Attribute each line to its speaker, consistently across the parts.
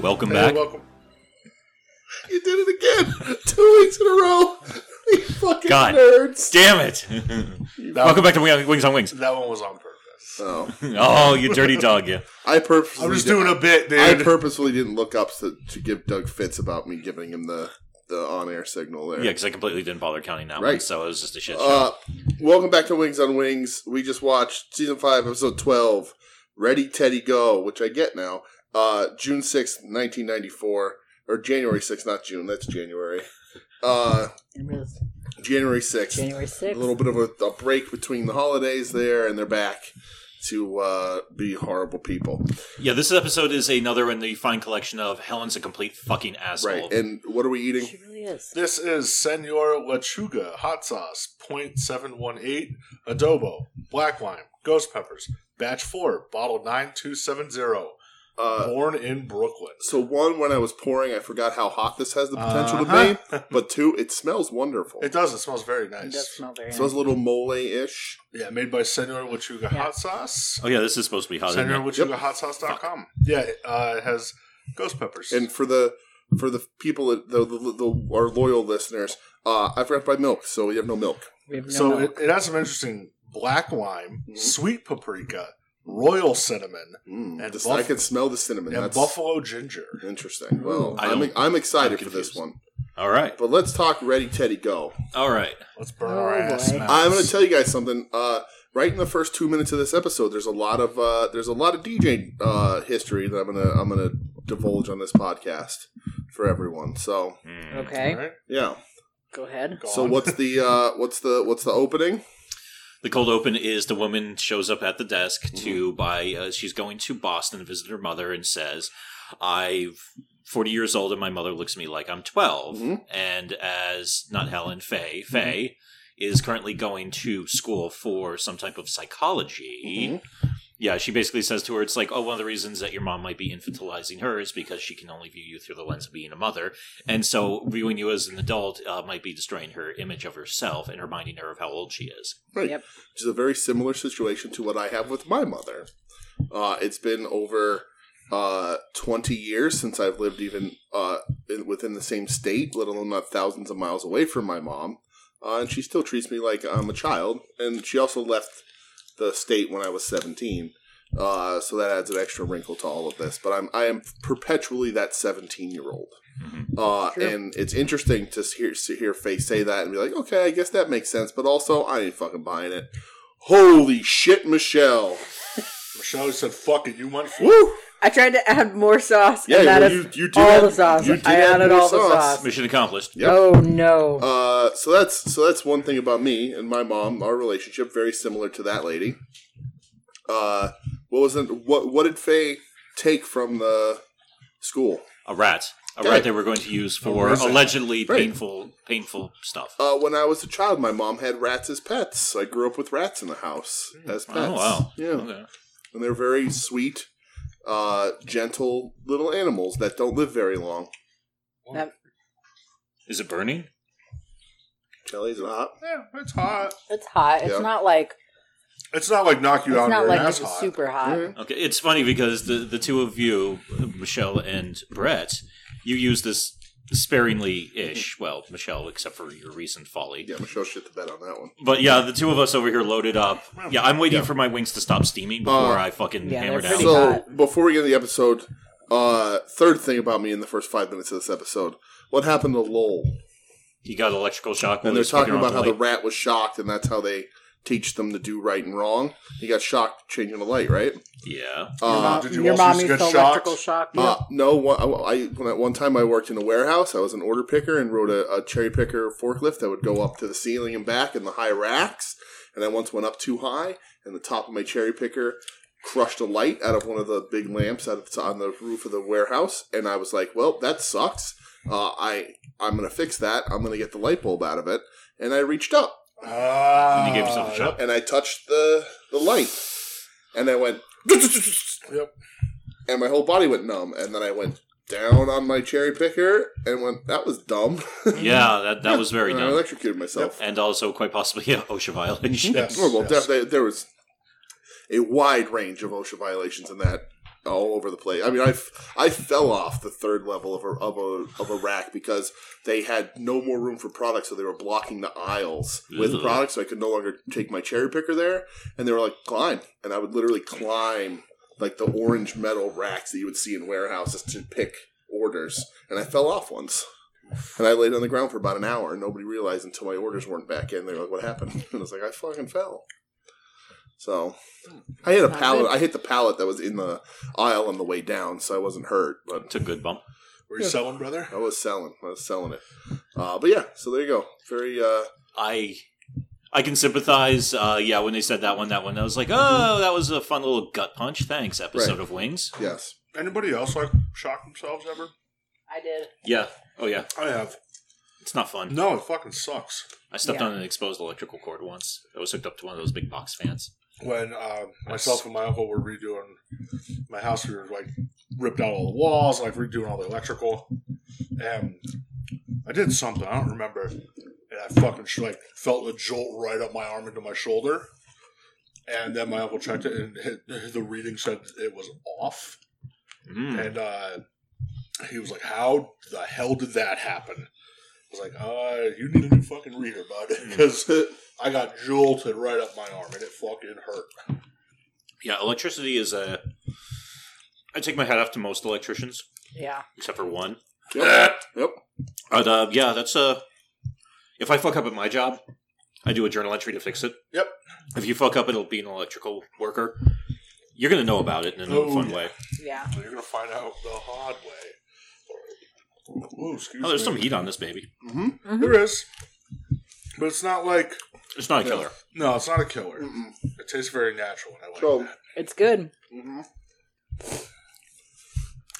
Speaker 1: Welcome back.
Speaker 2: Hey, welcome. You did it again. Two weeks in a row. You fucking
Speaker 1: God.
Speaker 2: nerds.
Speaker 1: Damn it! Welcome back to Wing- Wings on Wings.
Speaker 3: That one was on purpose.
Speaker 2: Oh,
Speaker 1: Oh, you dirty dog, you.
Speaker 2: I purposely.
Speaker 3: I'm just
Speaker 2: did-
Speaker 3: doing a bit, dude.
Speaker 2: I purposefully didn't look up to, to give Doug fits about me giving him the the on air signal there.
Speaker 1: Yeah, because I completely didn't bother counting that one,
Speaker 2: Right.
Speaker 1: so it was just a shit show.
Speaker 2: Uh, welcome back to Wings on Wings. We just watched season five, episode twelve, Ready Teddy Go, which I get now. Uh, June sixth, nineteen ninety four, or January sixth, not June. That's January. Uh,
Speaker 4: I mean, it's
Speaker 2: January sixth.
Speaker 4: January
Speaker 2: A
Speaker 4: 6th.
Speaker 2: little bit of a, a break between the holidays there, and they're back to uh, be horrible people.
Speaker 1: yeah, this episode is another in the fine collection of Helen's a complete fucking asshole.
Speaker 2: Right. And what are we eating?
Speaker 4: She really is.
Speaker 3: This is Senor Lechuga hot sauce, 0.718, adobo, black lime, ghost peppers, batch 4, bottle 9270,
Speaker 2: Uh,
Speaker 3: born in Brooklyn.
Speaker 2: So one, when I was pouring, I forgot how hot this has the potential
Speaker 3: Uh-huh.
Speaker 2: to be. But two, it smells wonderful.
Speaker 3: It
Speaker 2: It
Speaker 3: does, it smells very nice.
Speaker 4: It does smell very
Speaker 2: smells
Speaker 4: nice.
Speaker 2: a little mole ish.
Speaker 3: Yeah, made by Senor Lechuga
Speaker 4: Yeah.
Speaker 3: hot sauce.
Speaker 1: Oh yeah, this is supposed to be hot. isn't
Speaker 3: Senor
Speaker 1: it?
Speaker 3: Lechuga hot sauce.com. Yeah, uh, it has ghost peppers.
Speaker 2: And for the for the people that the, the, the our loyal listeners, uh, I forgot to buy milk, so we have no milk.
Speaker 4: We have no
Speaker 3: so it,
Speaker 4: milk.
Speaker 3: it has some interesting black lime,
Speaker 2: Mhm.
Speaker 3: sweet paprika, royal cinnamon,
Speaker 2: Mm,
Speaker 3: And
Speaker 2: this-
Speaker 3: buff-
Speaker 2: I can smell the cinnamon.
Speaker 3: and
Speaker 2: That's
Speaker 3: buffalo ginger.
Speaker 2: interesting. Well,
Speaker 1: I
Speaker 2: I'm
Speaker 1: don't-
Speaker 2: I'm excited
Speaker 1: I'm
Speaker 2: for this
Speaker 1: confused.
Speaker 2: one.
Speaker 1: All right,
Speaker 2: But let's talk Ready Teddy Go.
Speaker 1: all right.
Speaker 3: Let's burn
Speaker 4: Oh,
Speaker 3: our ass.
Speaker 4: boy.
Speaker 3: now.
Speaker 2: I'm going to tell you guys something. Uh, right in the first two minutes of this episode, there's a lot of uh, there's a lot of DJ uh, history that I'm gonna I'm gonna divulge on this podcast for everyone. So
Speaker 1: Mm.
Speaker 4: Okay,
Speaker 3: Alright,
Speaker 2: yeah.
Speaker 4: go ahead.
Speaker 3: go
Speaker 2: So
Speaker 3: on.
Speaker 2: what's the uh, what's the what's the opening?
Speaker 1: The cold open is the woman shows up at the desk to buy. Uh, she's going to Boston to visit her mother and says, "I'm 40 years old and my mother looks at me like I'm 12."
Speaker 2: Mhm.
Speaker 1: And as not Helen Faye, Faye is currently going to school for some type of psychology. Yeah, she basically says to her, "It's like, oh, one of the reasons that your mom might be infantilizing her is because she can only view you through the lens of being a mother, and so viewing you as an adult uh, might be destroying her image of herself and reminding her of how old she is."
Speaker 2: Right,
Speaker 4: Yep.
Speaker 2: which is a very similar situation to what I have with my mother. Uh, it's been over uh, 20 years since I've lived even uh, in, within the same state, let alone not thousands of miles away from my mom. Uh, and she still treats me like I'm a child. And she also left the state when I was 17. Uh, so that adds an extra wrinkle to all of this. But I'm I am perpetually that 17 year old. Uh,
Speaker 4: Sure.
Speaker 2: And it's interesting to hear to hear Faye say that and be like, okay, I guess that makes sense. But also, I ain't fucking buying it. Holy shit, Michelle!
Speaker 3: Michelle said, "Fuck it, you went for it."
Speaker 2: Woo!
Speaker 4: I tried to add more sauce,
Speaker 2: Yeah,
Speaker 4: and that
Speaker 2: well,
Speaker 4: is
Speaker 2: you- you did
Speaker 4: all
Speaker 2: add-
Speaker 4: the sauce.
Speaker 2: you did
Speaker 4: I
Speaker 2: add
Speaker 4: added
Speaker 2: more
Speaker 4: all the
Speaker 2: sauce.
Speaker 4: sauce.
Speaker 1: Mission accomplished.
Speaker 2: Yep.
Speaker 4: Oh no!
Speaker 2: Uh, so that's so that's one thing about me and my mom. Our relationship very similar to that lady. Uh, what was it? What what did Faye take from the school?
Speaker 1: A rat. A
Speaker 2: Right.
Speaker 1: rat they were going to use for
Speaker 3: reason.
Speaker 1: allegedly
Speaker 2: Right.
Speaker 1: painful painful stuff.
Speaker 2: Uh, when I was a child, my mom had rats as pets. I grew up with rats in the house as pets.
Speaker 1: Oh wow.
Speaker 2: Yeah.
Speaker 1: Okay.
Speaker 2: and they're very sweet, uh, gentle little animals that don't live very long.
Speaker 4: That-
Speaker 1: Is it burning?
Speaker 2: Jelly's hot.
Speaker 3: Yeah, it's hot.
Speaker 4: it's hot. It's
Speaker 2: Yeah.
Speaker 4: not like
Speaker 3: It's not like knock you
Speaker 4: it's
Speaker 3: out
Speaker 4: not
Speaker 3: your
Speaker 4: like
Speaker 3: ass
Speaker 4: it's
Speaker 3: hot.
Speaker 4: super hot.
Speaker 2: Mhm.
Speaker 1: Okay. It's funny because the the two of you, Michelle and Brett, you use this sparingly ish. Well, Michelle, except for your recent folly.
Speaker 2: Mm-hmm. Yeah, Michelle shit the bed on that one.
Speaker 1: But yeah, the two of us over here loaded up. Yeah, I'm waiting for my wings to stop steaming before
Speaker 2: Uh,
Speaker 1: I fucking
Speaker 4: Yeah,
Speaker 1: hammer down.
Speaker 4: they're pretty
Speaker 2: so
Speaker 4: hot.
Speaker 2: before we get into the episode, uh, third thing about me in the first five minutes of this episode, what happened to Lowell?
Speaker 1: He got electrical shock. while
Speaker 2: And
Speaker 1: he
Speaker 2: they're
Speaker 1: was fucking
Speaker 2: talking
Speaker 1: around
Speaker 2: about how
Speaker 1: with
Speaker 2: the
Speaker 1: light.
Speaker 2: rat was shocked, and that's how they teach them to do right and wrong. He got shocked changing the light, right?
Speaker 1: yeah.
Speaker 4: Your
Speaker 2: Uh,
Speaker 4: mom,
Speaker 3: did you
Speaker 4: your
Speaker 3: also
Speaker 4: mom
Speaker 3: just
Speaker 4: used
Speaker 3: get
Speaker 4: electrical shock.
Speaker 2: Uh, no, one, I, I- when I, one time I worked in a warehouse. I was an order picker and rode a, a cherry picker forklift that would go up to the ceiling and back in the high racks. And I once went up too high, and the top of my cherry picker crushed a light out of one of the big lamps out of on the roof of the warehouse. And I was like, "Well, that sucks. Uh, I I'm gonna fix that. I'm gonna get the light bulb out of it." And I reached up
Speaker 3: Ah,
Speaker 1: And you gave yourself a shot.
Speaker 2: and I touched the the light, and I went,
Speaker 3: Yep.
Speaker 2: and my whole body went numb. And then I went down on my cherry picker and went, that was dumb.
Speaker 1: Yeah, that, that was very
Speaker 2: and I
Speaker 1: dumb.
Speaker 2: electrocuted myself.
Speaker 1: and also quite possibly a OSHA violation.
Speaker 3: Yes.
Speaker 2: Oh, well,
Speaker 3: yes.
Speaker 2: def- there- there was a wide range of OSHA violations in that all over the place. I mean, I, f- I fell off the third level of a, of a of a rack because they had no more room for products, so they were blocking the aisles with
Speaker 1: Ugh.
Speaker 2: products. So I could no longer take my cherry picker there, and they were like climb, and I would literally climb like the orange metal racks that you would see in warehouses to pick orders, and I fell off once. And I laid on the ground for about an hour, and nobody realized until my orders weren't back in. They were like, "What happened?" And I was like, "I fucking fell." So I hit a
Speaker 4: Not
Speaker 2: pallet.
Speaker 4: good.
Speaker 2: I hit the pallet that was in the aisle on the way down, so I wasn't hurt, but
Speaker 1: It's a good bump.
Speaker 3: Were you selling, brother?
Speaker 2: I was selling. I was selling it. Uh, but yeah, so there you go. Very. Uh,
Speaker 1: I I can sympathize. Uh, yeah, when they said that one, that one, I was like, oh, that was a fun little gut punch. Thanks, episode
Speaker 2: Right.
Speaker 1: of Wings.
Speaker 2: yes.
Speaker 3: Anybody else like shock themselves ever?
Speaker 4: I did.
Speaker 1: Yeah. Oh yeah,
Speaker 3: I have.
Speaker 1: it's not fun.
Speaker 3: No, it fucking sucks.
Speaker 1: I stepped
Speaker 4: Yeah.
Speaker 1: on an exposed electrical cord once. I was hooked up to one of those big box fans.
Speaker 3: When uh, myself and my uncle were redoing my house, we were like ripped out all the walls, like redoing all the electrical, and I did something I don't remember, and I fucking sh- like felt a jolt right up my arm into my shoulder, and then my uncle checked it and hit, the reading said it was off.
Speaker 1: Mm.
Speaker 3: And uh, he was like, "How the hell did that happen?" I was like, "Uh, you need a new fucking reader, bud, because I got jolted right up my arm and it fucking hurt."
Speaker 1: Yeah, electricity is a. I take my hat off to most electricians,
Speaker 4: Yeah.
Speaker 1: except for one.
Speaker 2: Yep. yep.
Speaker 1: But uh, yeah, that's uh If I fuck up at my job, I do a journal entry to fix it.
Speaker 3: Yep.
Speaker 1: If you fuck up, it'll be an electrical worker. You're gonna know about it in a
Speaker 3: Oh,
Speaker 1: fun
Speaker 3: yeah.
Speaker 1: way.
Speaker 4: Yeah.
Speaker 3: So you're gonna find out the hard way. Ooh, excuse
Speaker 1: Oh, there's
Speaker 3: me.
Speaker 1: some heat on this baby.
Speaker 2: Mm-hmm.
Speaker 3: There is, but it's not like
Speaker 1: It's not a
Speaker 2: Yeah.
Speaker 1: killer.
Speaker 3: no, it's not a killer.
Speaker 2: Mm-mm.
Speaker 3: It tastes very natural, and I like
Speaker 2: So,
Speaker 3: that.
Speaker 4: It's good.
Speaker 2: hmm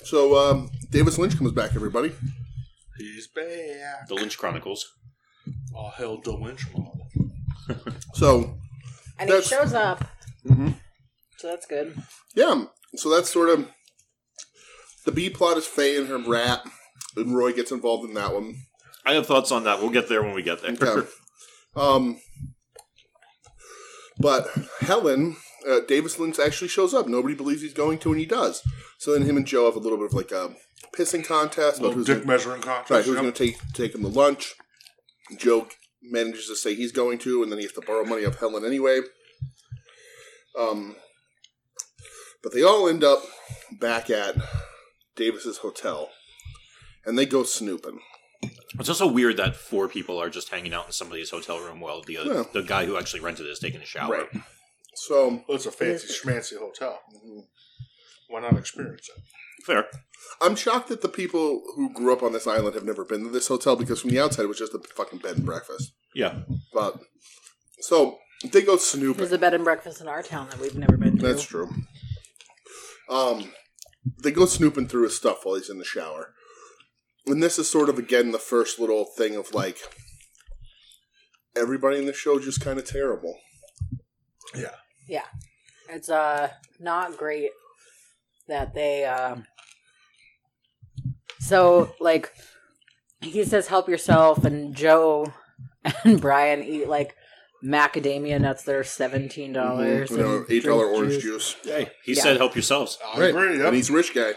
Speaker 2: so um, Davis Lynch comes back. Everybody.
Speaker 3: He's back.
Speaker 1: The Lynch Chronicles.
Speaker 3: All hell, the lynch mob.
Speaker 2: So
Speaker 4: And
Speaker 2: That's-
Speaker 4: it shows up.
Speaker 3: Mm-hmm.
Speaker 2: Mhm.
Speaker 4: So that's good.
Speaker 2: yeah. So that's sort of the B plot is Faye and her rat, and Roy gets involved in that one.
Speaker 1: I have thoughts on that. We'll get there when we get there.
Speaker 2: Okay. Um, but Helen, uh, Davis Lynch actually shows up. Nobody believes he's going to, and he does. So then him and Joe have a little bit of like a pissing contest about
Speaker 3: Little
Speaker 2: who's
Speaker 3: Oh, dick
Speaker 2: gonna,
Speaker 3: measuring contest.
Speaker 2: right, who's
Speaker 3: yep.
Speaker 2: going to take take him to lunch. Joe manages to say he's going to, and then he has to borrow money of Helen anyway. Um, but they all end up back at Davis's hotel, and they go snooping.
Speaker 1: It's also weird that four people are just hanging out in somebody's hotel room while the uh,
Speaker 2: Yeah.
Speaker 1: the guy who actually rented it is taking a shower.
Speaker 2: Right. So
Speaker 3: Well, it's a fancy schmancy hotel.
Speaker 2: Mhm.
Speaker 3: Why not experience it?
Speaker 1: Fair.
Speaker 2: I'm shocked that the people who grew up on this island have never been to this hotel because from the outside it was just a fucking bed and breakfast.
Speaker 1: Yeah.
Speaker 2: But so they go
Speaker 4: There's
Speaker 2: snooping.
Speaker 4: a bed and breakfast in our town that we've never been to.
Speaker 2: That's true. Um, they go snooping through his stuff while he's in the shower, and this is sort of again the first little thing of like everybody in the show just kind of terrible.
Speaker 3: Yeah.
Speaker 4: Yeah. It's uh not great that they um so like he says help yourself and Joe and Brian eat like macadamia nuts that are seventeen dollars.
Speaker 2: You know, Mm-hmm. eight dollar orange juice,
Speaker 1: Hey, he
Speaker 4: Yeah.
Speaker 1: said, "Help yourselves."
Speaker 3: I
Speaker 2: Right.
Speaker 3: agree. Yep.
Speaker 2: and he's a rich guy.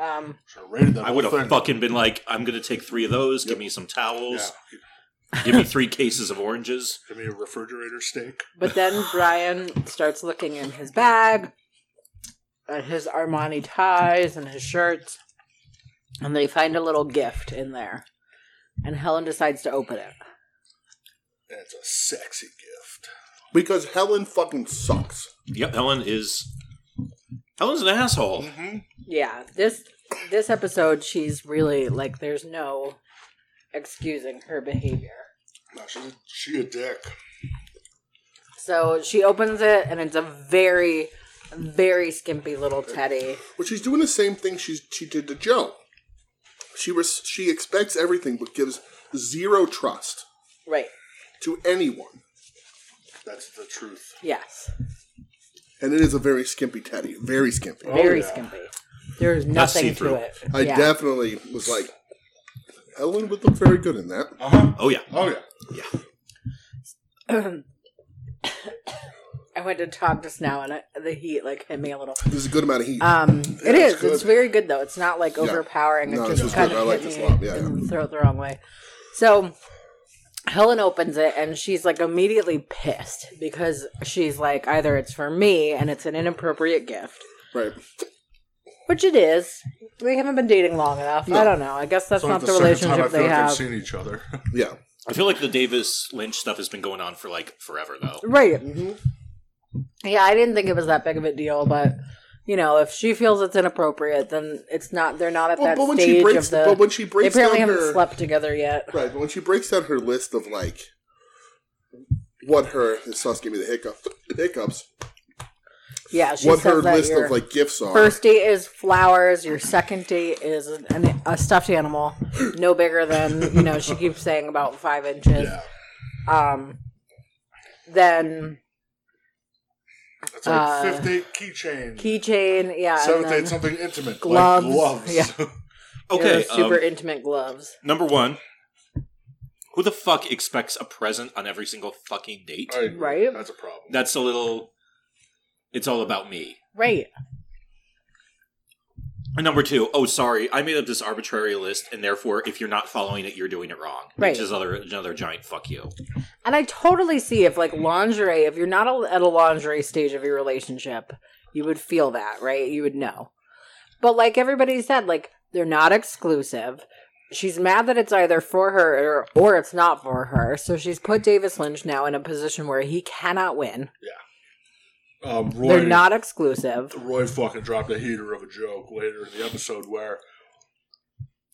Speaker 4: Um
Speaker 3: Should've rated that
Speaker 1: I would
Speaker 3: whole thing.
Speaker 1: have fucking been like, "I'm gonna take three of those. Give me some
Speaker 3: Yeah.
Speaker 1: towels. Give me three cases of oranges."
Speaker 3: Give me a refrigerator steak.
Speaker 4: but then Brian starts looking in his bag at his Armani ties and his shirts and they find a little gift in there. And Helen decides to open it.
Speaker 3: And it's a sexy gift.
Speaker 2: Because Helen fucking sucks.
Speaker 1: Yep. Helen is. Helen's an asshole.
Speaker 3: Mm-hmm.
Speaker 4: Yeah, this this episode she's really like there's no excusing her behavior.
Speaker 3: No, she's a, she a dick.
Speaker 4: So she opens it and it's a very very skimpy little teddy.
Speaker 2: Well, she's doing the same thing she's she did to Joe. She res- she expects everything, but gives zero trust
Speaker 4: Right.
Speaker 2: to anyone,
Speaker 3: That's the truth.
Speaker 4: Yes.
Speaker 2: and it is a very skimpy teddy, very skimpy.
Speaker 4: Very
Speaker 3: yeah.
Speaker 4: skimpy. There's
Speaker 1: That's
Speaker 4: nothing to
Speaker 1: see-through.
Speaker 4: it.
Speaker 2: I
Speaker 4: yeah.
Speaker 2: definitely was like, Ellen would look very good in that.
Speaker 3: Uh huh.
Speaker 1: Oh yeah.
Speaker 3: Oh yeah.
Speaker 4: I went to talk just now, and I, the heat like hit me a little.
Speaker 2: There's a good amount of heat.
Speaker 4: Um,
Speaker 2: Yeah,
Speaker 4: it
Speaker 2: it's
Speaker 4: is.
Speaker 2: good.
Speaker 4: It's very good though. It's not like
Speaker 2: Yeah.
Speaker 4: overpowering.
Speaker 2: No,
Speaker 4: it
Speaker 2: this
Speaker 4: just
Speaker 2: was
Speaker 4: kind
Speaker 2: good.
Speaker 4: of
Speaker 2: I like
Speaker 4: hit
Speaker 2: this
Speaker 4: me
Speaker 2: a lot. Yeah,
Speaker 4: in the throat the wrong way. So Helen opens it and she's like immediately pissed because she's like either it's for me and it's an inappropriate gift,
Speaker 2: right.
Speaker 4: which it is. They haven't been dating long enough. I don't know. I guess that's
Speaker 3: So
Speaker 4: not
Speaker 3: like
Speaker 4: the,
Speaker 3: second time I
Speaker 4: relationship
Speaker 3: feel
Speaker 4: they
Speaker 3: like they've
Speaker 4: have.
Speaker 3: seen each other.
Speaker 2: Yeah.
Speaker 1: I feel like the Davis Lynch stuff has been going on for like forever, though.
Speaker 4: Right.
Speaker 2: Mm-hmm.
Speaker 4: Yeah, I didn't think it was that big of a deal, but you know, if she feels it's inappropriate, then it's not. They're not at
Speaker 2: But,
Speaker 4: that
Speaker 2: but when
Speaker 4: stage
Speaker 2: she breaks,
Speaker 4: of the.
Speaker 2: but when she
Speaker 4: they
Speaker 2: breaks down
Speaker 4: apparently haven't
Speaker 2: her,
Speaker 4: slept together yet.
Speaker 2: right, but when she breaks down her list of like what her, this sauce gave me the hiccups. Hiccups.
Speaker 4: Yeah, she
Speaker 2: what
Speaker 4: says
Speaker 2: her
Speaker 4: that
Speaker 2: list
Speaker 4: your
Speaker 2: of like gifts are.
Speaker 4: first date is flowers. Your second date is an, a stuffed animal, no bigger than you know. She keeps saying about five inches.
Speaker 3: yeah.
Speaker 4: Um, then
Speaker 3: It's like
Speaker 4: Uh,
Speaker 3: fifth date keychain.
Speaker 4: keychain. Yeah,
Speaker 3: Seventh
Speaker 4: and
Speaker 3: date
Speaker 4: then
Speaker 3: something intimate.
Speaker 4: gloves.
Speaker 3: Like gloves.
Speaker 4: Yeah.
Speaker 1: Okay,
Speaker 4: your super
Speaker 1: um,
Speaker 4: intimate gloves.
Speaker 1: number one. Who the fuck expects a present on every single fucking date?
Speaker 3: I agree.
Speaker 4: Right?
Speaker 3: That's a problem.
Speaker 1: That's a little. It's all about me.
Speaker 4: Right.
Speaker 1: And number two, oh sorry, I made up this arbitrary list, and therefore, if you're not following it, you're doing it wrong.
Speaker 4: Right.
Speaker 1: Which is other, another giant fuck you.
Speaker 4: And I totally see if like lingerie, if you're not a, at a lingerie stage of your relationship, you would feel that, right? You would know. But like everybody said, like they're not exclusive. She's mad that it's either for her or, or it's not for her. So she's put Davis Lynch now in a position where he cannot win.
Speaker 3: Um, Roy,
Speaker 4: They're not exclusive.
Speaker 3: Roy fucking dropped a heater of a joke later in the episode where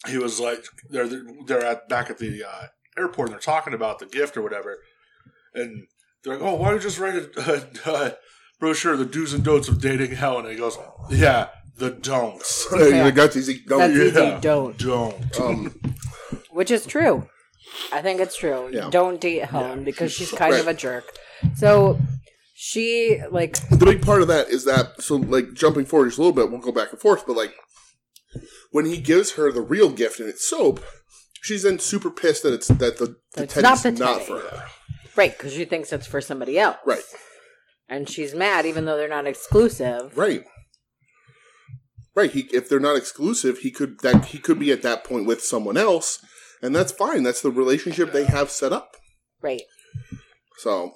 Speaker 3: he was like, they're they're at back at the uh, airport and they're talking about the gift or whatever, and they're like, oh, why don't you just write a, a, a brochure, the do's and don'ts of dating hell, and he goes, yeah, the don'ts,
Speaker 2: yeah. you got these. No,
Speaker 4: That's
Speaker 2: you-
Speaker 3: yeah.
Speaker 4: easy. Don't,
Speaker 3: don't.
Speaker 2: um,
Speaker 4: which is true. I think it's true.
Speaker 2: Yeah.
Speaker 4: Don't date Helen because she's kind of a jerk. So she like
Speaker 2: the big part of that is that so like jumping forward just a little bit, we'll go back and forth, but like when he gives her the real gift and it's soap, she's then super pissed that it's that the, the
Speaker 4: It's
Speaker 2: teddy's not,
Speaker 4: not the teddy.
Speaker 2: for her.
Speaker 4: Right, because she thinks it's for somebody else.
Speaker 2: Right.
Speaker 4: And she's mad, even though they're not exclusive.
Speaker 2: Right. Right. He if they're not exclusive, he could that he could be at that point with someone else, and that's fine. That's the relationship they have set up.
Speaker 4: Right.
Speaker 2: So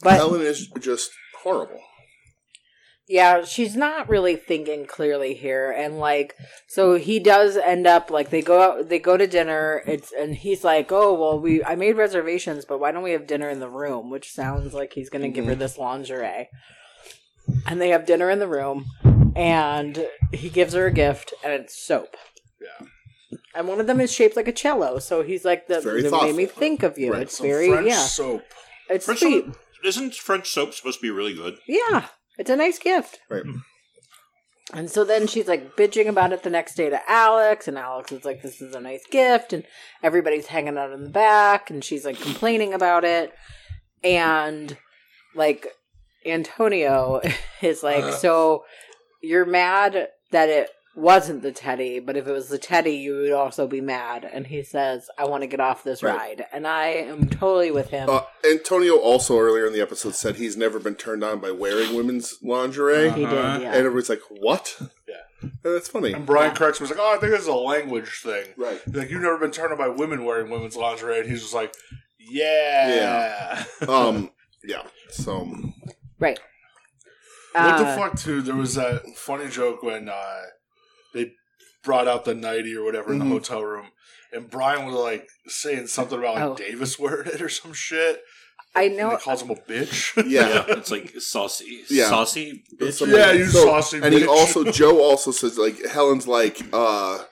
Speaker 4: But
Speaker 2: Helen is just horrible.
Speaker 4: yeah, she's not really thinking clearly here. And like, so he does end up like they go out, they go to dinner. It's and he's like, oh well, we I made reservations, but why don't we have dinner in the room? Which sounds like he's going to
Speaker 2: Mm-hmm.
Speaker 4: give her this lingerie. And they have dinner in the room, and he gives her a gift, and it's soap.
Speaker 3: Yeah.
Speaker 4: And one of them is shaped like a cello, so he's like, "The
Speaker 2: Very
Speaker 4: it made me
Speaker 2: thoughtful.
Speaker 4: think of you."
Speaker 2: Right,
Speaker 4: It's
Speaker 3: Some
Speaker 4: very
Speaker 3: French
Speaker 4: yeah.
Speaker 3: soap.
Speaker 4: It's
Speaker 1: French
Speaker 4: sweet.
Speaker 1: soap, isn't French soap supposed to be really good?
Speaker 4: Yeah. It's a nice gift.
Speaker 2: Right.
Speaker 4: And so then she's like bitching about it the next day to Alex, and Alex is like, This is a nice gift, and everybody's hanging out in the back, and she's like complaining about it. And like Antonio is like, So you're mad that it wasn't the teddy, but if it was the teddy, you would also be mad. And he says, I want to get off this
Speaker 2: Right.
Speaker 4: ride. And I am totally with him.
Speaker 2: Uh, Antonio also earlier in the episode said he's never been turned on by wearing women's lingerie,
Speaker 4: he did,
Speaker 3: uh-huh.
Speaker 2: and
Speaker 4: yeah.
Speaker 2: everybody's like, "What?"
Speaker 3: Yeah.
Speaker 2: and that's funny.
Speaker 3: And Brian corrects me. He's like, oh, I think this is a language thing.
Speaker 2: Right.
Speaker 3: Like, you've never been turned on by women wearing women's lingerie. And he's just like, yeah.
Speaker 2: Um. Yeah. So
Speaker 4: Right.
Speaker 3: what the
Speaker 4: Uh,
Speaker 3: fuck, too? There was that funny joke when uh, they brought out the nighty or whatever in
Speaker 2: Mhm.
Speaker 3: the hotel room. And Brian was like saying something about like
Speaker 4: Oh.
Speaker 3: Davis word it or some shit.
Speaker 4: I
Speaker 3: And
Speaker 4: know
Speaker 3: they calls him a bitch.
Speaker 2: yeah.
Speaker 1: it's like saucy,
Speaker 2: Yeah.
Speaker 1: saucy. Bitch.
Speaker 2: Somebody-
Speaker 3: yeah, you
Speaker 2: so-
Speaker 3: saucy
Speaker 2: And he
Speaker 3: bitch.
Speaker 2: also Joe also says like Helen's like uh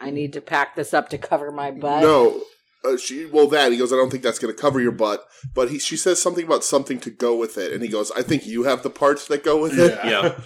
Speaker 4: I need to pack this up to cover my butt.
Speaker 2: no uh, she well that he goes I don't think that's gonna cover your butt but he she says something about something to go with it and he goes I think you have the parts that go with it
Speaker 1: Yeah.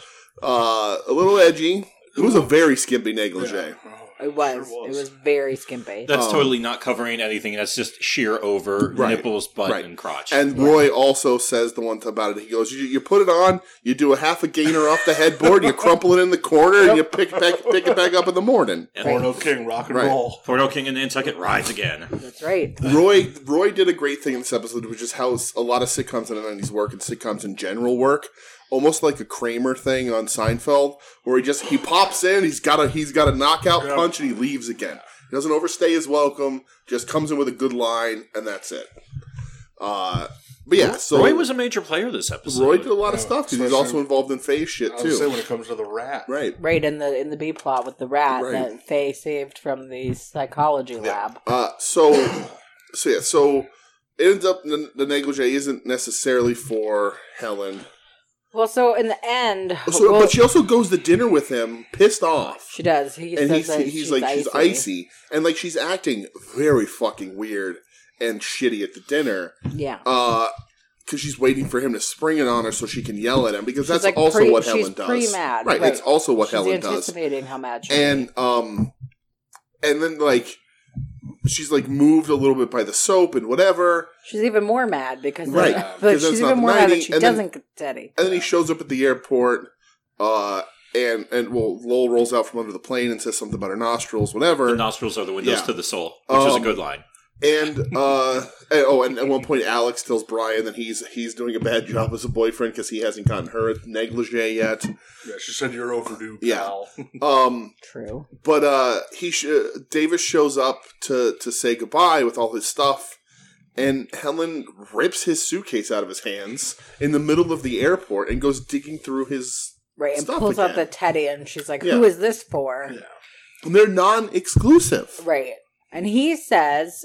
Speaker 2: uh a little edgy it was a very skimpy negligee
Speaker 3: Yeah. Oh,
Speaker 4: It was.
Speaker 3: Sure
Speaker 4: It was very skimpy.
Speaker 1: That's
Speaker 2: Um,
Speaker 1: totally not covering anything. That's just sheer over
Speaker 2: Right,
Speaker 1: nipples, butt,
Speaker 2: right.
Speaker 1: and crotch.
Speaker 2: And Roy also says the one time about it. He goes, you, "You put it on, you do a half a gainer off the headboard, you crumple it in the corner, and you pick back, pick it back up in the morning."
Speaker 1: And
Speaker 3: Porno King, rock and
Speaker 2: Right.
Speaker 3: roll.
Speaker 1: Porto King and Nantucket rides again.
Speaker 4: That's right.
Speaker 2: Roy Roy did a great thing in this episode, which is how s- a lot of sitcoms in the nineties work and sitcoms in general work, almost like a Kramer thing on Seinfeld, where he just he pops in, he's got a he's got a knockout
Speaker 3: Yeah.
Speaker 2: punch, and he leaves again. He doesn't overstay his welcome, just comes in with a good line, and that's it. Uh, but yeah, so
Speaker 1: Roy was a major player this episode.
Speaker 2: Roy did a lot of
Speaker 3: Yeah,
Speaker 2: stuff because he's
Speaker 3: especially-
Speaker 2: also involved in Faye's shit
Speaker 3: I would say
Speaker 2: too.
Speaker 3: when it comes to the rat.
Speaker 2: Right.
Speaker 4: Right in the in the B plot with the rat
Speaker 2: Right.
Speaker 4: that Faye saved from the psychology lab.
Speaker 2: Uh, so, so yeah, so it ends up the, the negligee isn't necessarily for Helen.
Speaker 4: Well, so in the end,
Speaker 2: So,
Speaker 4: Oh, well,
Speaker 2: but she also goes to dinner with him, pissed off,
Speaker 4: she does. He
Speaker 2: and
Speaker 4: says
Speaker 2: he's
Speaker 4: that
Speaker 2: he's like she's icy, and like she's acting very fucking weird and shitty at the dinner,
Speaker 4: Yeah.
Speaker 2: because she's waiting for him to spring it on her so she can yell at him because that's
Speaker 4: like
Speaker 2: also
Speaker 4: pre-
Speaker 2: what
Speaker 4: she's
Speaker 2: Helen does.
Speaker 4: pre-mad,
Speaker 2: right?
Speaker 4: right.
Speaker 2: That's also what
Speaker 4: She's
Speaker 2: Helen does.
Speaker 4: anticipating how mad she
Speaker 2: and um and then like she's like moved a little bit by the soap and whatever
Speaker 4: She's even more mad because
Speaker 2: Right.
Speaker 4: uh, but
Speaker 2: Because that's
Speaker 4: she's
Speaker 2: not
Speaker 4: even
Speaker 2: the
Speaker 4: more mad that
Speaker 2: 90,
Speaker 4: she
Speaker 2: and then-
Speaker 4: doesn't get Teddy.
Speaker 2: and then he shows up at the airport uh and and well lowell rolls out from under the plane and says something about her nostrils
Speaker 1: The
Speaker 2: whatever
Speaker 1: nostrils are the windows
Speaker 2: Yeah.
Speaker 1: to the soul, which is a
Speaker 2: Um,
Speaker 1: good line.
Speaker 2: and uh and- oh and at one point alex tells brian that he's he's doing a bad job as a boyfriend because he hasn't gotten her negligee yet
Speaker 3: Yeah, she said you're overdue,
Speaker 2: Yeah.
Speaker 3: pal.
Speaker 2: um
Speaker 4: True.
Speaker 2: but uh he sh- davis shows up to to say goodbye with all his stuff and helen rips his suitcase out of his hands in the middle of the airport and goes digging through his
Speaker 4: Right, and
Speaker 2: Stuff
Speaker 4: pulls out
Speaker 2: again.
Speaker 4: the teddy, and she's like, "Who
Speaker 2: Yeah.
Speaker 4: is this for?"
Speaker 2: and they're non-exclusive
Speaker 4: Right, and he says,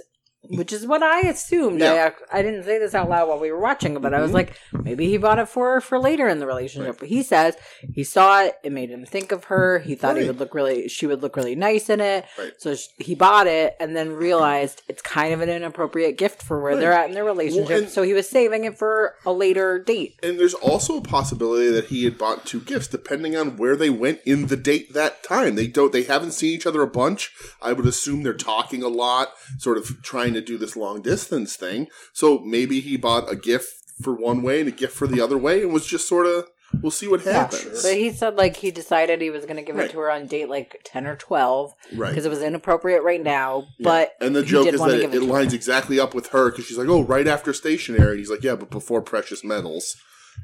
Speaker 4: which is what I assumed.
Speaker 2: Yeah. Mm-hmm.
Speaker 4: I I didn't say this out loud while we were watching it, but I was like, maybe he bought it for her for later in the relationship. But he says he saw it; it made him think of her. He thought he
Speaker 2: Right.
Speaker 4: would look really, she would look really nice in it.
Speaker 2: Right.
Speaker 4: So sh he bought it, and then realized it's kind of an inappropriate gift for where they're at in their relationship.
Speaker 2: and-
Speaker 4: so he was saving it for a later date.
Speaker 2: and there's also a possibility that he had bought two gifts depending on where they went in the date that time they don't they haven't seen each other a bunch i would assume they're talking a lot sort of trying to do this long distance thing so maybe he bought a gift for one way and a gift for the other way and was just sort of we'll see what happens
Speaker 4: But he said like he decided he was going to give it
Speaker 2: Right.
Speaker 4: to her on date like ten or twelve
Speaker 2: right
Speaker 4: because it was inappropriate right now.
Speaker 2: Yeah.
Speaker 4: But
Speaker 2: and the
Speaker 4: he
Speaker 2: joke
Speaker 4: did
Speaker 2: is
Speaker 4: wanna
Speaker 2: that
Speaker 4: give
Speaker 2: it,
Speaker 4: it
Speaker 2: it
Speaker 4: to her.
Speaker 2: lines exactly up with her because she's like, "Oh, right after stationary," and he's like, "Yeah, but before precious metals."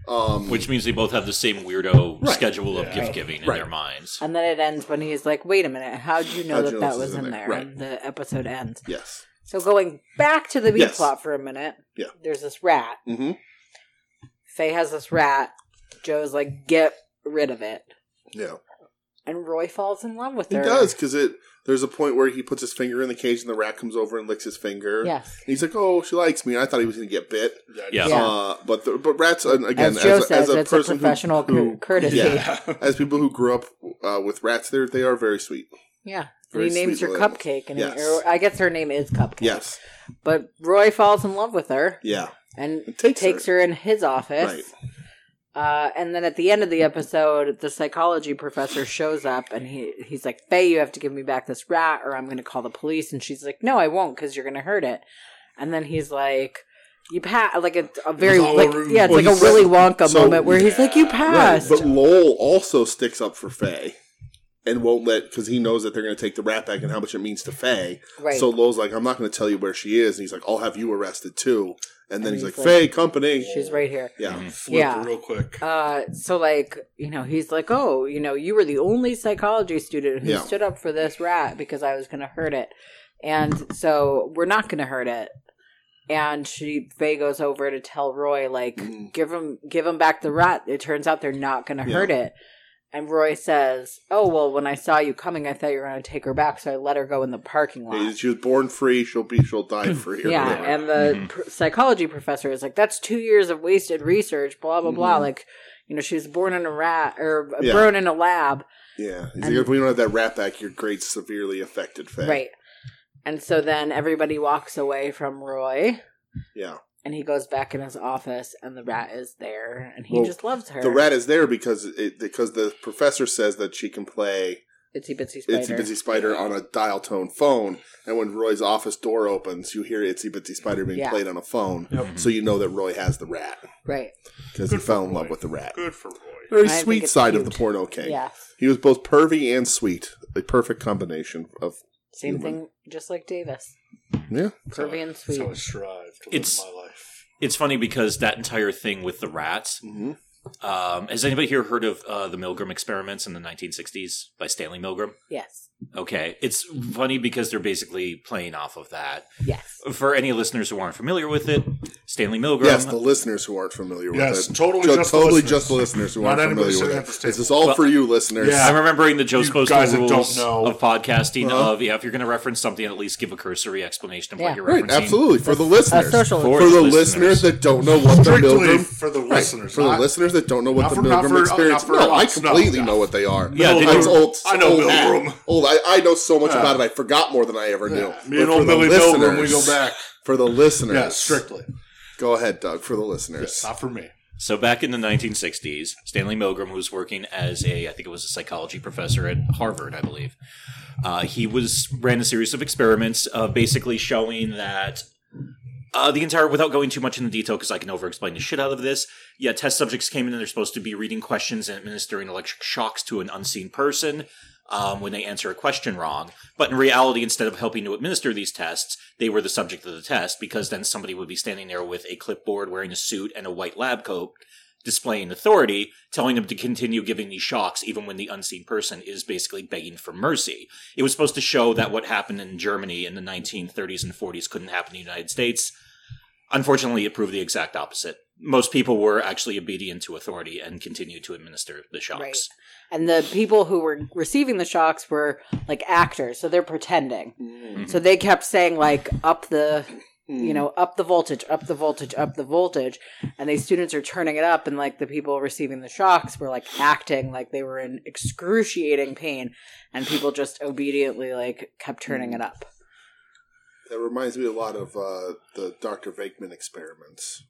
Speaker 2: Um,
Speaker 1: Which means they both have the same weirdo
Speaker 2: Right.
Speaker 1: schedule of
Speaker 3: Yeah.
Speaker 1: gift giving in
Speaker 2: Right.
Speaker 1: their minds.
Speaker 4: and then it ends when he's like, "Wait a minute, how'd you know
Speaker 2: How'd
Speaker 4: that
Speaker 2: you know
Speaker 4: that
Speaker 2: this
Speaker 4: was
Speaker 2: was in
Speaker 4: in there?"
Speaker 2: there? Right.
Speaker 4: And the episode ends.
Speaker 2: yes,
Speaker 4: So going back to the B
Speaker 2: Yes.
Speaker 4: plot for a minute.
Speaker 2: Yeah.
Speaker 4: There's this rat.
Speaker 2: hmm
Speaker 4: Faye has this rat. Joe's like, "Get rid of it,"
Speaker 2: yeah,
Speaker 4: and Roy falls in love with
Speaker 2: he
Speaker 4: her.
Speaker 2: does because it. There's a point where he puts his finger in the cage and the rat comes over and licks his finger.
Speaker 4: Yes.
Speaker 2: And he's like, "Oh, she likes me." I thought he was going to get bit.
Speaker 1: Yeah.
Speaker 4: Yeah.
Speaker 2: Uh, but the, but rats and again
Speaker 4: as Joe
Speaker 2: as, a-
Speaker 4: says,
Speaker 2: as a
Speaker 4: it's a
Speaker 2: person who-
Speaker 4: professional
Speaker 2: who,
Speaker 4: cour- courtesy.
Speaker 2: yeah.
Speaker 4: Yeah.
Speaker 2: as people who grew up uh, with rats, they are they are very sweet.
Speaker 4: And he
Speaker 2: Very
Speaker 4: names her
Speaker 2: sweet little-
Speaker 4: Cupcake, and
Speaker 2: Yes.
Speaker 4: or I guess her name is Cupcake.
Speaker 2: Yes,
Speaker 4: But Roy falls in love with her
Speaker 2: yeah,
Speaker 4: and
Speaker 2: It
Speaker 4: takes,
Speaker 2: takes
Speaker 4: her. in his office.
Speaker 2: right.
Speaker 4: Uh, and then at the end of the episode, the psychology professor shows up and he he's like, "Faye, you have to give me back this rat, or I'm going to call the police." And she's like, "No, I won't, because you're going to hurt it." And then he's like, "You pass," like a, a very
Speaker 3: all
Speaker 4: like
Speaker 3: a ruse.
Speaker 4: yeah, it's
Speaker 2: Well,
Speaker 4: like a
Speaker 2: he's-
Speaker 4: Willy Wonka
Speaker 2: so-
Speaker 4: moment where he's like, "You
Speaker 3: yeah,
Speaker 2: Right,
Speaker 4: passed."
Speaker 2: but Lowell also sticks up for Faye and won't let because he knows that they're going to take the rat back and how much it means to Faye.
Speaker 4: Right.
Speaker 2: So Lowell's like, "I'm not going to tell you where she is," and he's like, "I'll have you arrested too." And then
Speaker 4: And
Speaker 2: he's,
Speaker 4: he's
Speaker 2: like,
Speaker 4: like,
Speaker 2: "Faye, company."
Speaker 4: She's right here.
Speaker 2: yeah,
Speaker 3: Flip
Speaker 4: Yeah.
Speaker 3: real quick.
Speaker 4: Uh, so like you know, he's like, "Oh, you know, you were the only psychology student who
Speaker 2: Yeah.
Speaker 4: stood up for this rat because I was going to hurt it, and so we're not going to hurt it." And she Faye goes over to tell Roy, like,
Speaker 2: Mhm.
Speaker 4: "Give him, give him back the rat." It turns out they're not going to
Speaker 2: Yeah.
Speaker 4: hurt it. And Roy says, "Oh well, when I saw you coming, I thought you were going to take her back, so I let her go in the parking lot."
Speaker 2: Hey, she was born free. She'll be. She'll die free. or
Speaker 4: Yeah,
Speaker 2: whatever.
Speaker 4: and the
Speaker 2: Mm-hmm.
Speaker 4: pr- psychology professor is like, "That's two years of wasted research." Blah blah blah.
Speaker 2: Mhm.
Speaker 4: Like, you know, she was born in a rat or
Speaker 2: Yeah.
Speaker 4: born in a lab,
Speaker 2: yeah. He's
Speaker 4: and-
Speaker 2: like, if we don't have that rat back, your grade's severely affected, Faye.
Speaker 4: right? And so then everybody walks away from Roy,
Speaker 2: Yeah.
Speaker 4: and he goes back in his office, and the rat is there, and he
Speaker 2: Well,
Speaker 4: just loves her.
Speaker 2: The rat is there because it because the professor says that she can play
Speaker 4: Itsy Bitsy Spider.
Speaker 2: Itsy Bitsy Spider on a dial tone phone, and when Roy's office door opens, you hear Itsy Bitsy Spider being
Speaker 4: Yeah.
Speaker 2: played on a phone,
Speaker 3: Yep.
Speaker 2: so you know that Roy has the rat
Speaker 4: Right.
Speaker 2: because he
Speaker 3: Good for
Speaker 2: fell in
Speaker 3: Roy.
Speaker 2: love with the rat.
Speaker 3: Good for Roy.
Speaker 2: Very
Speaker 4: I think
Speaker 2: sweet
Speaker 4: it's
Speaker 2: side of the
Speaker 4: cute.
Speaker 2: porno king.
Speaker 4: Yes.
Speaker 2: He was both pervy and sweet, a perfect combination of
Speaker 4: Same
Speaker 2: Human.
Speaker 4: thing, just like Davis.
Speaker 2: yeah.
Speaker 4: Curvy and
Speaker 3: That's how I
Speaker 4: sweet.
Speaker 3: strive to
Speaker 1: It's-
Speaker 3: live my life.
Speaker 1: It's funny because that entire thing with the rats.
Speaker 2: Mm-hmm.
Speaker 1: Um, has anybody here heard of uh, the Milgram experiments in the 1960s by Stanley Milgram?
Speaker 4: Yes.
Speaker 1: Okay, it's funny because they're basically playing off of that.
Speaker 4: Yes.
Speaker 1: For any listeners who aren't familiar with it, Stanley Milgram.
Speaker 2: Yes, the listeners who aren't familiar
Speaker 3: Yes,
Speaker 2: with it.
Speaker 3: totally
Speaker 2: Ju-
Speaker 3: just the
Speaker 2: totally
Speaker 3: listeners.
Speaker 2: just the listeners who
Speaker 3: Not
Speaker 2: aren't
Speaker 3: anybody
Speaker 2: familiar with
Speaker 3: sitting at
Speaker 2: it.
Speaker 3: this
Speaker 2: This,
Speaker 3: table.
Speaker 2: is all for you, listeners.
Speaker 3: Yeah.
Speaker 1: I'm remembering the Joe's
Speaker 3: You
Speaker 1: Postal
Speaker 3: guys that don't
Speaker 1: rules
Speaker 3: know.
Speaker 1: of podcasting
Speaker 2: Uh-huh.
Speaker 1: of yeah, if you're going to reference something, at least give a cursory explanation of
Speaker 4: Yeah.
Speaker 1: what you're
Speaker 2: Right,
Speaker 1: referencing.
Speaker 2: absolutely. For the
Speaker 4: A
Speaker 2: listeners.
Speaker 4: social.
Speaker 1: For-
Speaker 2: for the
Speaker 1: listeners.
Speaker 2: listeners that don't know what the
Speaker 3: Strictly
Speaker 2: Milgram
Speaker 3: for the
Speaker 2: Right,
Speaker 3: listeners.
Speaker 2: for the
Speaker 3: not-
Speaker 2: listeners that don't know what
Speaker 3: not
Speaker 2: the
Speaker 3: for- not
Speaker 2: Milgram
Speaker 3: for- not
Speaker 2: experience.
Speaker 3: for
Speaker 2: no, I
Speaker 3: us, no,
Speaker 2: completely
Speaker 3: no.
Speaker 2: know what they are.
Speaker 1: Yeah,
Speaker 2: no,
Speaker 1: they
Speaker 2: that's
Speaker 1: do.
Speaker 2: old.
Speaker 3: I know
Speaker 2: old hat.
Speaker 3: Milgram.
Speaker 2: Old. I, I know so much
Speaker 3: Yeah.
Speaker 2: about it. I forgot more than I ever knew.
Speaker 3: Yeah, me
Speaker 2: But
Speaker 3: and
Speaker 2: for
Speaker 3: old
Speaker 2: the
Speaker 3: Billy Milgram, we go
Speaker 2: listeners-
Speaker 3: back.
Speaker 2: For the listeners,
Speaker 3: Yeah, strictly.
Speaker 2: Go ahead, Doug. For the listeners,
Speaker 3: Yes, not for me.
Speaker 1: So back in the 1960s, Stanley Milgram, who was working as a, I think it was a psychology professor at Harvard, I believe, uh, he was ran a series of experiments, uh, basically showing that uh, the entire, without going too much into detail, because I can over-explain the shit out of this. Yeah, test subjects came in and they're supposed to be reading questions and administering electric shocks to an unseen person um, when they answer a question wrong. But in reality, instead of helping to administer these tests, they were the subject of the test because then somebody would be standing there with a clipboard, wearing a suit and a white lab coat, displaying authority, telling them to continue giving these shocks even when the unseen person is basically begging for mercy. It was supposed to show that what happened in Germany in the 1930s and 40s couldn't happen in the United States. Unfortunately, it proved the exact opposite. Most people were actually obedient to authority and continued to administer the shocks.
Speaker 4: Right. And the people who were receiving the shocks were like actors, so they're pretending.
Speaker 2: Mm-hmm.
Speaker 4: So they kept saying like up the you know, up the voltage, up the voltage, up the voltage, and these students are turning it up and like the people receiving the shocks were like acting like they were in excruciating pain and people just obediently like kept turning it up.
Speaker 2: that reminds me a lot of uh, the Dr. Vakeman experiments.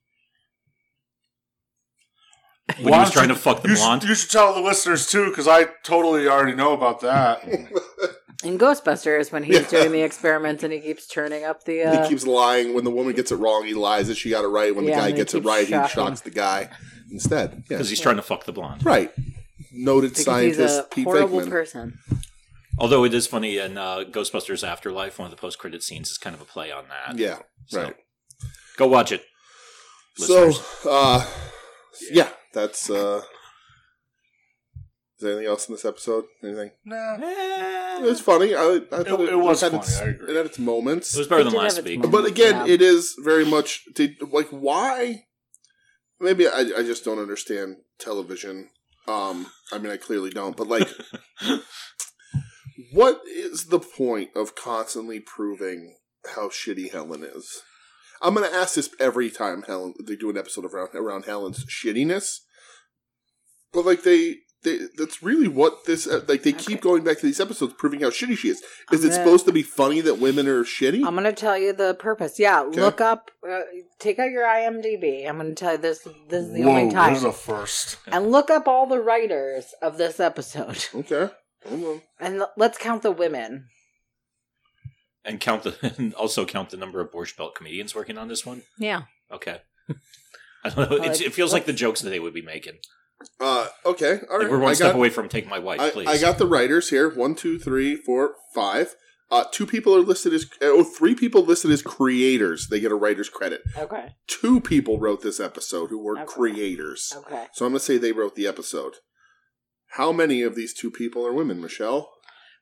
Speaker 1: When he was trying to fuck the
Speaker 3: you
Speaker 1: blonde.
Speaker 3: Should, you should tell the listeners too, because I totally already know about that.
Speaker 4: In Ghostbusters when he's
Speaker 2: Yeah.
Speaker 4: doing the experiment and he keeps turning up the
Speaker 2: And
Speaker 4: uh,
Speaker 2: he keeps lying when the woman gets it wrong. He lies that she got it right. When
Speaker 4: Yeah,
Speaker 2: the guy
Speaker 4: and he
Speaker 2: gets it
Speaker 4: keeps
Speaker 2: right, he
Speaker 4: shocking.
Speaker 2: shocks the guy instead. Yeah.
Speaker 1: Because he's trying to fuck the blonde.
Speaker 2: right. Noted
Speaker 4: because he's
Speaker 2: scientist
Speaker 4: a
Speaker 2: Pete
Speaker 4: horrible
Speaker 2: Vakeman.
Speaker 4: person.
Speaker 1: Although it is funny in uh, Ghostbusters Afterlife, one of the post credit scenes is kind of a play on that.
Speaker 2: yeah.
Speaker 1: So,
Speaker 2: Right.
Speaker 1: Go watch it.
Speaker 2: So,
Speaker 1: listeners.
Speaker 2: uh, yeah, that's. Uh, is there anything else in this episode? Anything?
Speaker 3: nah,
Speaker 2: It was funny. I, I thought
Speaker 3: Uh, It- it was
Speaker 2: had
Speaker 3: funny,
Speaker 2: Its,
Speaker 3: I agree.
Speaker 2: It had its moments.
Speaker 1: It was better
Speaker 4: It
Speaker 1: than
Speaker 4: did have
Speaker 1: last
Speaker 4: its
Speaker 1: week.
Speaker 4: moments.
Speaker 2: But again,
Speaker 4: Yeah.
Speaker 2: it is very much did like why? Maybe I, I just don't understand television. Um, I mean, I clearly don't. But like, what is the point of constantly proving how shitty Helen is? I'm going to ask this every time Helen they do an episode of around, around Helen's shittiness. But like they. They, that's really what this uh, like. They keep going back to these episodes, proving how shitty she is. Is
Speaker 4: I'm
Speaker 2: it
Speaker 4: gonna-
Speaker 2: supposed to be funny that women are shitty?
Speaker 4: I'm going to tell you the purpose. Yeah, look up, uh, take out your IMDb. I'm going to tell you this. This is the
Speaker 3: whoa,
Speaker 4: only time.
Speaker 3: this is a first.
Speaker 4: and look up all the writers of this episode,
Speaker 2: Okay. Hold on.
Speaker 4: and l- let's count the women.
Speaker 1: And count the and also count the number of Borscht Belt comedians working on this one.
Speaker 4: Yeah,
Speaker 1: Okay. I don't know.
Speaker 4: Well,
Speaker 1: It,
Speaker 4: it's-
Speaker 1: it feels like the jokes that they would be making.
Speaker 2: Uh, okay. All right.
Speaker 1: Like we're one
Speaker 2: I
Speaker 1: step
Speaker 2: got,
Speaker 1: away from "Take My Wife,"
Speaker 2: I,
Speaker 1: please.
Speaker 2: I got the writers here. One, two, three, four, five. Uh, two people are listed as oh, three people listed as creators. They get a writer's credit.
Speaker 4: okay,
Speaker 2: Two people wrote this episode who were
Speaker 4: Okay.
Speaker 2: creators.
Speaker 4: okay.
Speaker 2: So I'm gonna say they wrote the episode. How many of these two people are women, Michelle?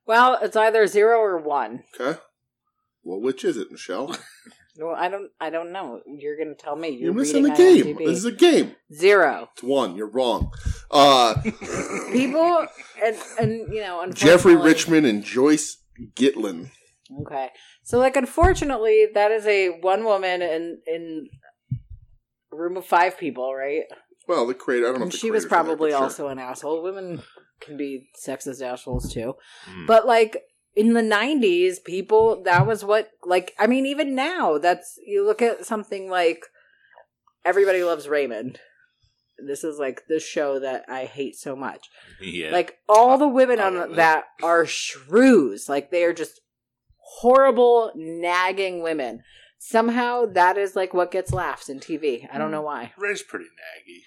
Speaker 4: Well, it's either zero or one.
Speaker 2: Okay. Well, which is it, Michelle?
Speaker 4: Well, I don't, I don't know. You're going to tell me. You're,
Speaker 2: You're, missing the
Speaker 4: reading
Speaker 2: game.
Speaker 4: IMDb.
Speaker 2: This is a game.
Speaker 4: zero
Speaker 2: It's one. You're wrong. Uh,
Speaker 4: people, and and you know,
Speaker 2: Jeffrey
Speaker 4: unfortunately-
Speaker 2: Richmond and Joyce Gitlin.
Speaker 4: Okay. So like unfortunately that is a one woman in in a room of five people, right?
Speaker 2: Well, the creator. I don't know.
Speaker 4: And
Speaker 2: if the
Speaker 4: she was
Speaker 2: creators are there,
Speaker 4: probably
Speaker 2: but sure.
Speaker 4: also an asshole. Women can be sexist assholes too.
Speaker 1: Mm.
Speaker 4: But like in the 90s, people that was what like I mean even now that's you look at something like Everybody Loves Raymond. This is like the show that I hate so much.
Speaker 1: Yeah.
Speaker 4: Like all the women
Speaker 1: All of
Speaker 4: on
Speaker 1: it.
Speaker 4: that are shrews. Like they are just horrible, nagging women. Somehow that is like what gets laughs in TV.
Speaker 2: Mm.
Speaker 4: I don't know why.
Speaker 3: Ray's pretty naggy.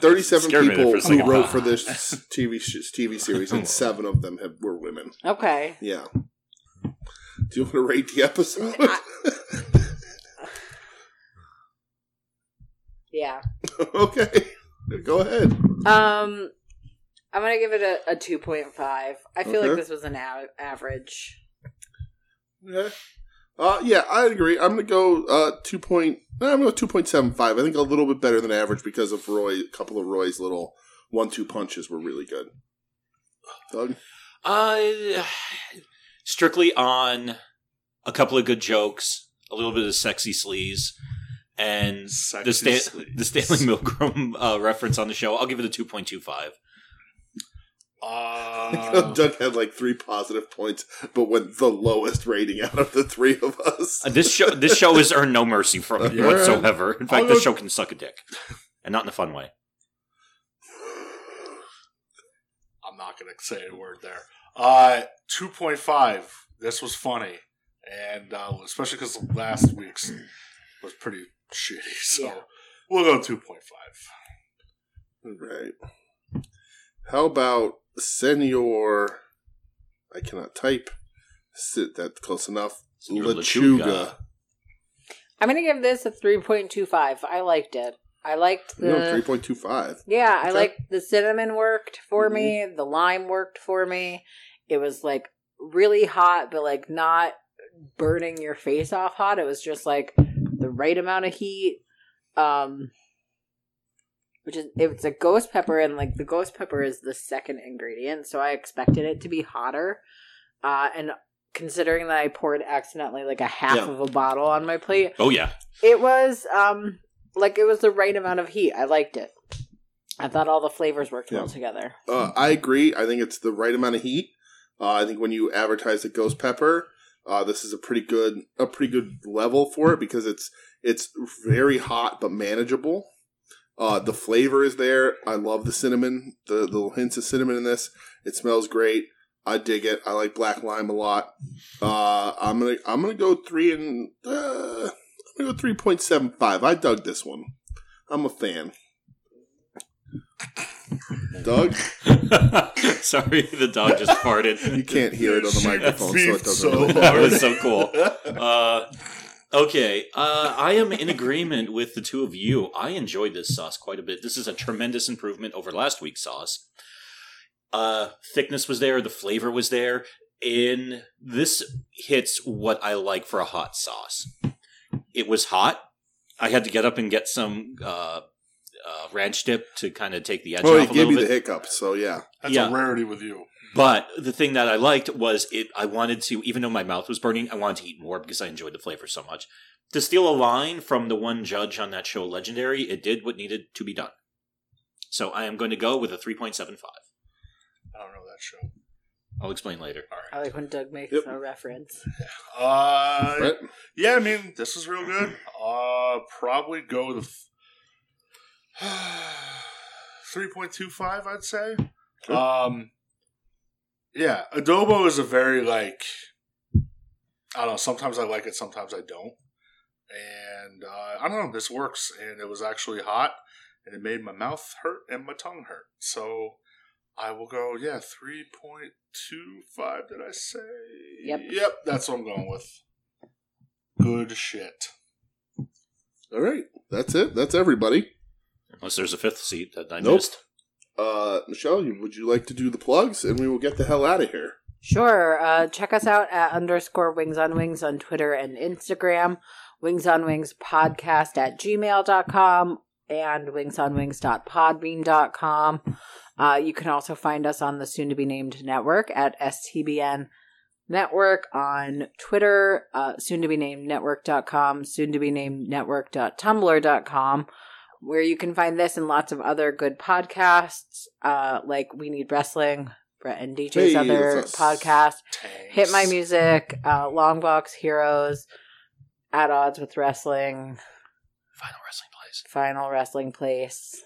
Speaker 2: 37
Speaker 1: Scared me there
Speaker 2: people
Speaker 1: for a second.
Speaker 2: who wrote for this TV sh- TV series, and seven of them have, were women.
Speaker 4: Okay.
Speaker 2: Yeah. Do you want to rate the episode?
Speaker 4: Yeah.
Speaker 2: okay, go ahead.
Speaker 4: Um I'm gonna give it a, a two point five. I feel
Speaker 2: Okay.
Speaker 4: like this was an a- average.
Speaker 2: Okay. Uh, yeah, I agree. I'm gonna go uh, two point. eh, I'm gonna go two point seven five. I think a little bit better than average because of Roy. A couple of Roy's little one-two punches were really good. Doug,
Speaker 1: Uh, strictly on a couple of good jokes, a little bit of sexy sleaze, and the, Stan- the Stanley Milgram uh, reference on the show. I'll give it a two point two five.
Speaker 3: Uh,
Speaker 2: Doug had like three positive points, but went the lowest rating out of the three of us.
Speaker 1: Uh, this show, this show has earned no mercy from it
Speaker 2: Yeah.
Speaker 1: whatsoever. In fact, this
Speaker 3: Although-
Speaker 1: show can suck a dick, and not in a fun way.
Speaker 3: I'm not going to say a word there. Uh, 2.5. This was funny. And uh, especially because last week's was pretty shitty. So
Speaker 4: Yeah.
Speaker 3: we'll go 2.5.
Speaker 2: Right. How about Senor? I cannot type. Sit that close enough.
Speaker 1: Senor
Speaker 2: Lechuga.
Speaker 4: I'm gonna give this a three point two five. I liked it. I liked the
Speaker 2: No, three point two five.
Speaker 4: Yeah, I
Speaker 2: Okay. Mm-hmm.
Speaker 4: like the cinnamon worked for me. The lime worked for me. It was like really hot, but like not burning your face off hot. It was just like the right amount of heat. Um, which is it's a ghost pepper, and like the ghost pepper is the second ingredient, so I expected it to be hotter. Uh, and considering that I poured accidentally like a half
Speaker 2: Yeah.
Speaker 4: of a bottle on my plate,
Speaker 1: Oh yeah,
Speaker 4: it was um like it was the right amount of heat. I liked it. I thought all the flavors worked well
Speaker 2: Yeah.
Speaker 4: together.
Speaker 2: Uh, I agree. I think it's the right amount of heat. Uh, I think when you advertise the ghost pepper, uh, this is a pretty good a pretty good level for it because it's it's very hot but manageable. Uh, the flavor is there. I love the cinnamon. The, the little hints of cinnamon in this. It smells great. I dig it. I like black lime a lot. Uh, I'm gonna I'm gonna go three and uh, I'm gonna go three point seven five. I dug this one. I'm a fan. Doug.
Speaker 1: sorry, the dog just farted.
Speaker 2: You can't hear it on the
Speaker 3: Shit,
Speaker 2: microphone, so it
Speaker 3: beeped
Speaker 2: doesn't
Speaker 3: so
Speaker 2: really
Speaker 3: hard.
Speaker 1: that was so cool. Uh, okay, uh, I am in agreement with the two of you. I enjoyed this sauce quite a bit. This is a tremendous improvement over last week's sauce. Uh, thickness was there, the flavor was there. In this hits what I like for a hot sauce. It was hot. I had to get up and get some uh, uh, ranch dip to kind of take the edge
Speaker 2: Well,
Speaker 1: off
Speaker 2: it
Speaker 1: a
Speaker 2: gave
Speaker 1: little
Speaker 2: you
Speaker 1: bit.
Speaker 2: the hiccups, so yeah.
Speaker 3: That's
Speaker 1: Yeah.
Speaker 3: a rarity with you.
Speaker 1: But the thing that I liked was it. I wanted to, even though my mouth was burning, I wanted to eat more because I enjoyed the flavor so much. To steal a line from the one judge on that show, Legendary, it did what needed to be done. So I am going to go with a three point seven five.
Speaker 3: I don't know that show.
Speaker 1: I'll explain later.
Speaker 4: I like when Doug makes
Speaker 2: Yep.
Speaker 4: a reference.
Speaker 3: Uh,
Speaker 2: Right?
Speaker 3: Yeah, I mean, this was real good. Uh, probably go with three point two five. I'd say.
Speaker 2: Sure.
Speaker 3: Um, yeah, adobo is a very like I don't know. Sometimes I like it, sometimes I don't. And uh, I don't know. This works, and it was actually hot, and it made my mouth hurt and my tongue hurt. So I will go. Yeah, three point two five. Did I say?
Speaker 4: Yep.
Speaker 3: Yep. That's what I'm going with. Good shit.
Speaker 2: All right. That's it. That's everybody.
Speaker 1: Unless there's a fifth seat that I
Speaker 2: Nope.
Speaker 1: missed.
Speaker 2: Uh, Michelle, you- would you like to do the plugs? And we will get the hell out of here.
Speaker 4: Sure. Uh, check us out at underscore wings on wings on Twitter and Instagram, wings on wings podcast at gmail.com and wings on wings.podbean.com. Uh, you can also find us on the soon to be named network at STBN network on Twitter, uh, soon to be named network.com, soon to be named network.tumblr.com. Where you can find this and lots of other good podcasts, uh, like We Need Wrestling, Brett and DJ's
Speaker 2: Hey,
Speaker 4: other
Speaker 2: that's us.
Speaker 4: podcast,
Speaker 3: Tanks.
Speaker 4: Hit My Music, uh, Long Box Heroes, At Odds with Wrestling,
Speaker 1: Final wrestling place.
Speaker 4: Final Wrestling Place.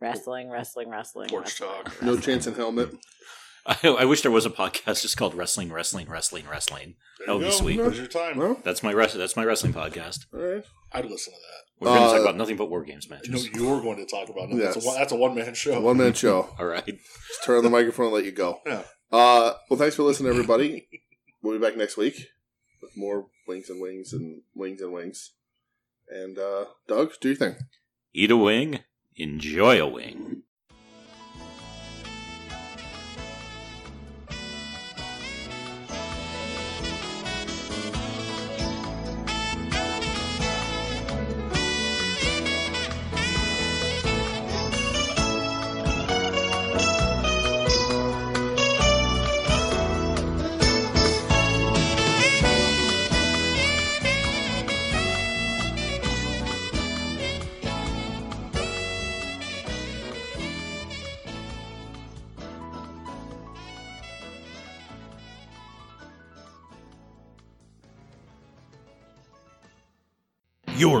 Speaker 4: Wrestling, wrestling, wrestling.
Speaker 3: Porch
Speaker 4: wrestling,
Speaker 3: talk.
Speaker 2: No chance in helmet.
Speaker 1: I, I wish there was a podcast just called Wrestling, Wrestling, Wrestling, Wrestling. That would be sweet.
Speaker 3: There's your time.
Speaker 2: Well,
Speaker 1: That's my rest. That's my wrestling podcast.
Speaker 2: all right.
Speaker 3: I'd listen to that.
Speaker 1: We're going to
Speaker 2: Uh,
Speaker 1: talk about nothing but war games matches.
Speaker 3: No, you were going to talk about that. That's a
Speaker 2: Yes.
Speaker 3: one- That's a one man show.
Speaker 2: One minute show.
Speaker 1: All right.
Speaker 2: Just turn on the microphone and let you go.
Speaker 3: Yeah.
Speaker 2: Uh, well, thanks for listening, everybody. We'll be back next week with more wings and wings and wings and wings. And uh, Doug, do your thing.
Speaker 1: Eat a wing. Enjoy a wing.
Speaker 5: You're